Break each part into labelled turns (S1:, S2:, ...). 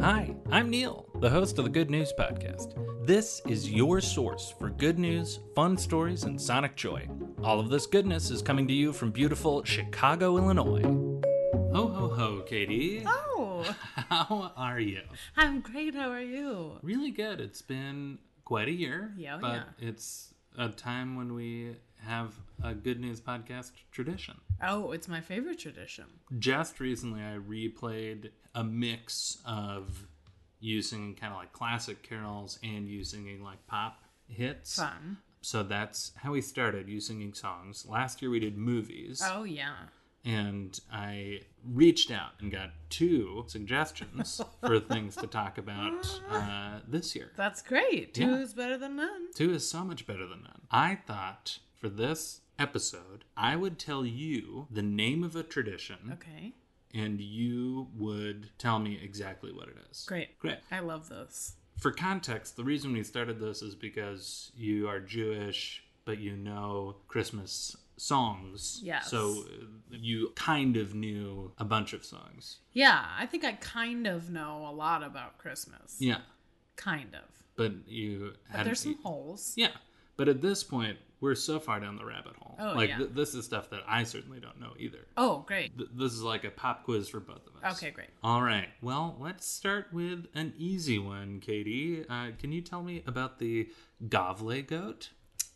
S1: Hi, I'm Neil, the host of the Good News Podcast. This is your source for good news, fun stories, and sonic joy. All of this goodness is coming to you from beautiful Chicago, Illinois. Ho, ho, ho, Katie.
S2: Oh,
S1: How are you?
S2: I'm great. How are you?
S1: Really good. It's been quite a year.
S2: Yeah, oh,
S1: but
S2: yeah.
S1: it's a time when we have a good news podcast tradition.
S2: Oh, it's my favorite tradition.
S1: just recently I replayed a mix of you singing kind of like classic carols and you singing like pop hits.
S2: Fun.
S1: So that's how we started, you singing songs. Last year we did movies
S2: Oh, yeah.
S1: and I reached out and got two suggestions for things to talk about uh, this year.
S2: That's great. Two
S1: Yeah.
S2: is better than none.
S1: Two is so much better than none. I thought for this episode, I would tell you the name of a tradition
S2: Okay.
S1: and you would tell me exactly what it is.
S2: Great.
S1: Great.
S2: I love this.
S1: For context, the reason we started this is because you are Jewish, but you know Christmas songs.
S2: Yes.
S1: So uh, you kind of knew a bunch of songs.
S2: Yeah, I think I kind of know a lot about Christmas.
S1: Yeah.
S2: Kind of.
S1: But you
S2: But there's some holes.
S1: Yeah. But at this point, we're so far down the rabbit hole.
S2: Oh,
S1: like
S2: yeah.
S1: th- this is stuff that I certainly don't know either.
S2: Oh, great.
S1: Th- this is like a pop quiz for both of us.
S2: Okay, great.
S1: All right. Well, let's start with an easy one, Katie. Uh, can you tell me about the Gavle goat?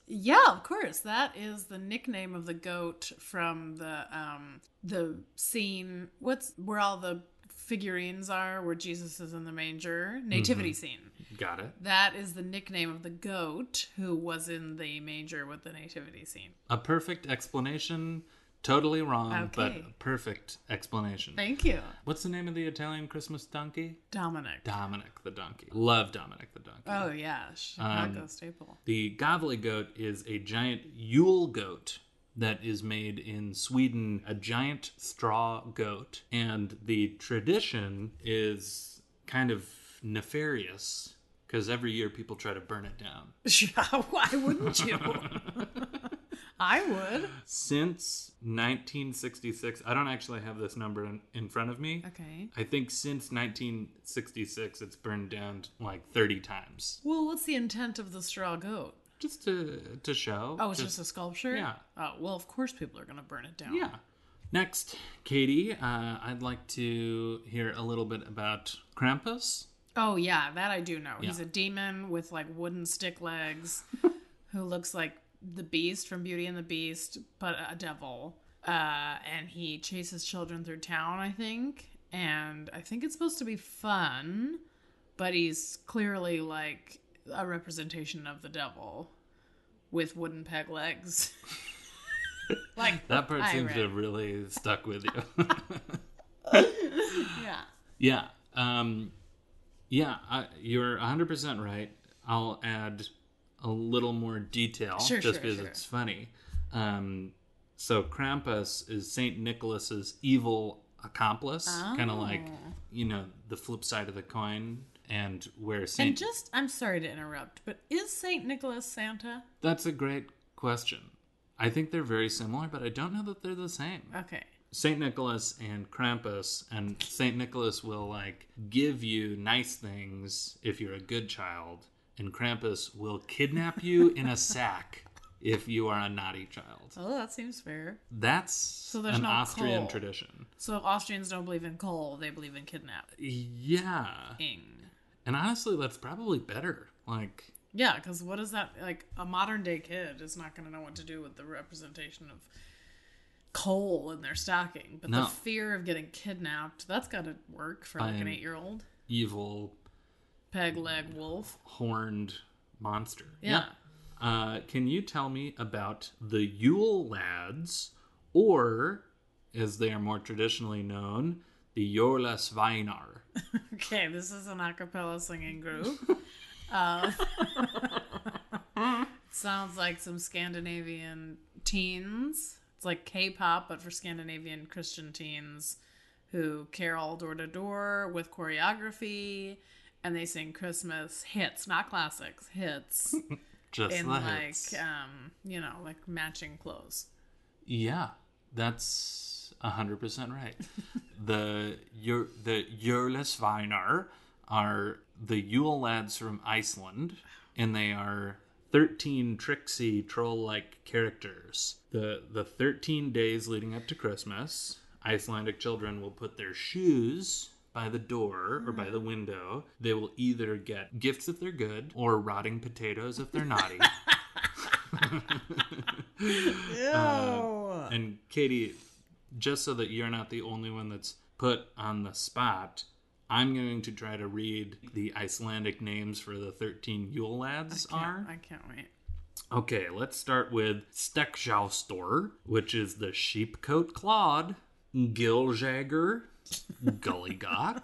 S2: Yeah, of course. That is the nickname of the goat from the um the scene. What's where all the figurines are, where Jesus is in the manger, nativity
S1: Mm-hmm.
S2: scene.
S1: Got it.
S2: That is the nickname of the goat who was in the manger with the nativity scene.
S1: A perfect explanation. Totally wrong, but
S2: Okay.
S1: a perfect explanation.
S2: Thank you,
S1: What's the name of the Italian Christmas donkey?
S2: Dominic.
S1: Dominic the donkey. Love Dominic the donkey.
S2: oh yeah,
S1: Um,
S2: Chicago staple.
S1: The Gavle goat is a giant Yule goat that is made in Sweden, a giant straw goat. And the tradition is kind of nefarious because every year people try to burn it down.
S2: Why wouldn't you? I would.
S1: Since 1966, I don't actually have this number in, in front of me.
S2: Okay.
S1: I think since 1966, it's burned down like 30 times.
S2: Well, what's the intent of the straw goat?
S1: Just to, to show.
S2: Oh, it's just, a sculpture.
S1: yeah.
S2: Oh well, of course people are going to burn it down.
S1: Yeah. Next, Katie, uh, I'd like to hear a little bit about Krampus.
S2: Oh yeah, that I do know. He's a demon with like wooden stick legs, who looks like the Beast from Beauty and the Beast, but a devil. Uh, and he chases children through town, I think. And I think it's supposed to be fun, but he's clearly like a representation of the devil with wooden peg legs. like
S1: That part
S2: I
S1: seems to
S2: read.
S1: have really stuck with you.
S2: yeah.
S1: yeah. Um, yeah, I, you're 100% right. I'll add a little more detail
S2: Sure,
S1: just
S2: sure,
S1: because
S2: sure.
S1: it's funny. Um, so, Krampus is St. Nicholas's evil accomplice, kind of like,
S2: Oh.
S1: you know, the flip side of the coin. And where Saint
S2: And just I'm sorry to interrupt, but is Saint Nicholas Santa?
S1: That's a great question. I think they're very similar, but I don't know that they're the same.
S2: Okay.
S1: St. Nicholas and Krampus, and St. Nicholas will like give you nice things if you're a good child, and Krampus will kidnap you in a sack if you are a naughty child.
S2: Oh, that seems fair.
S1: That's
S2: there's
S1: an
S2: no
S1: Austrian
S2: coal.
S1: tradition.
S2: So if Austrians don't believe in coal, they believe in kidnapping.
S1: Yeah. And honestly, that's probably better. Like,
S2: Yeah, because what is that? Like, a modern day kid is not going to know what to do with the representation of coal in their stocking. But
S1: No.
S2: the fear of getting kidnapped, that's got to work for like
S1: Fine.
S2: an eight year old
S1: evil,
S2: peg leg wolf.
S1: horned monster.
S2: Yeah.
S1: Uh, can you tell me about the Yule Lads, or as they are more traditionally known, the Jorla Sveinar?
S2: Okay, this is an a cappella singing group. um, sounds like some Scandinavian teens. It's like K pop, but for Scandinavian Christian teens who carol door to door with choreography and they sing Christmas hits, not classics, hits
S1: Just
S2: in
S1: the
S2: like,
S1: hits.
S2: um, you know, like matching clothes.
S1: yeah, that's hundred percent right. the Jor- the Jorla Sveinar are the Yule lads from Iceland, and they are 13 tricksy troll-like characters. The the 13 days leading up to Christmas, Icelandic children will put their shoes by the door or by the window. They will either get gifts if they're good or rotting potatoes if they're naughty.
S2: Ew.
S1: Um, And Katie, just so that you're not the only one that's put on the spot, I'm going to try to read the Icelandic names for the 13 Yule lads are.
S2: I can't wait.
S1: Okay, let's start with Stekjaustor, which is the sheepcoat Claude, Giljagger, Gullygok,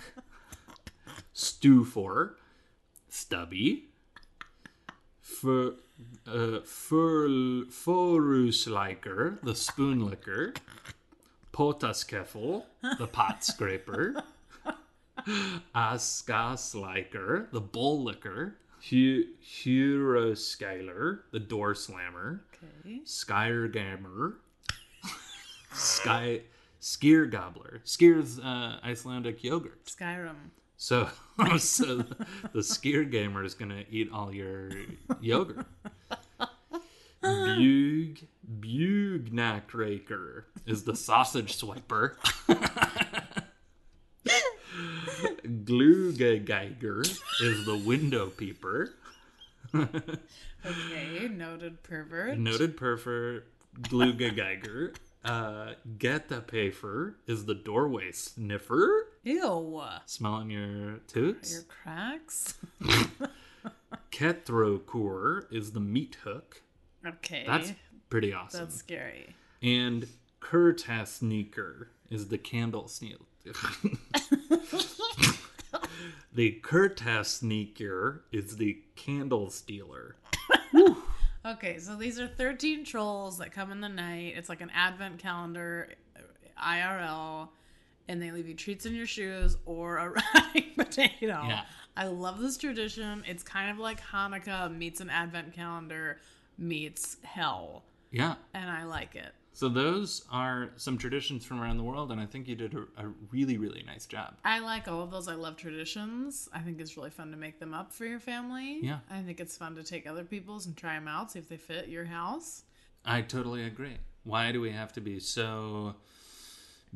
S1: Stufor, Stubby, Fur, uh, Fur, Forusliker, the spoon licker, Potaskeffel, the pot scraper, Askasliker, the bull licker, Hu- Huroscaler, the door slammer,
S2: Okay.
S1: Skyrgammer, Sky Skier Gobbler. Skier's uh, Icelandic yogurt.
S2: Skyrim.
S1: So so the Skier Gamer is gonna eat all your yogurt. Bug Bugnack Raker is the sausage swiper. Glugageiger is the window peeper.
S2: Okay, noted pervert.
S1: Noted perfer Gluga Geiger. Uh, get the pafer is the doorway sniffer.
S2: Ew.
S1: Smelling your
S2: Your
S1: toots.
S2: cracks.
S1: Ketrokur is the meat hook.
S2: Okay.
S1: That's pretty awesome.
S2: Eh. That's scary.
S1: And Curtas sneaker is the candle sneaker. the Curtas sneaker is the candle stealer.
S2: Okay, so these are 13 trolls that come in the night. It's like an advent calendar, uh, IRL, and they leave you treats in your shoes or a rotting potato.
S1: Yeah.
S2: I love this tradition. It's kind of like Hanukkah meets an advent calendar meets hell,
S1: Yeah.
S2: and I like it.
S1: So those are some traditions from around the world, and I think you did a, a really, really nice job.
S2: I like all of those. I love traditions. I think it's really fun to make them up for your family.
S1: Yeah.
S2: I think it's fun to take other people's and try them out, see if they fit your house.
S1: I totally agree. Why do we have to be so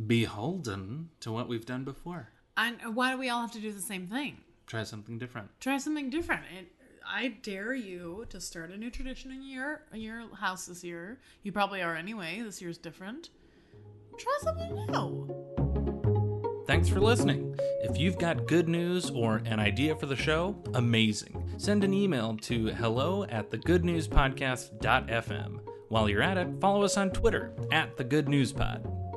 S1: beholden to what we've done before?
S2: And why do we all have to do the same thing?
S1: Try something different.
S2: try something different and i dare you to start a new tradition in your in your house this year you probably are anyway this year's different try something new
S1: Thanks for listening. If you've got good news or an idea for the show, amazing. Send an email to hello at thegoodnewspodcast.fm. While you're at it, follow us on Twitter at thegoodnewspod.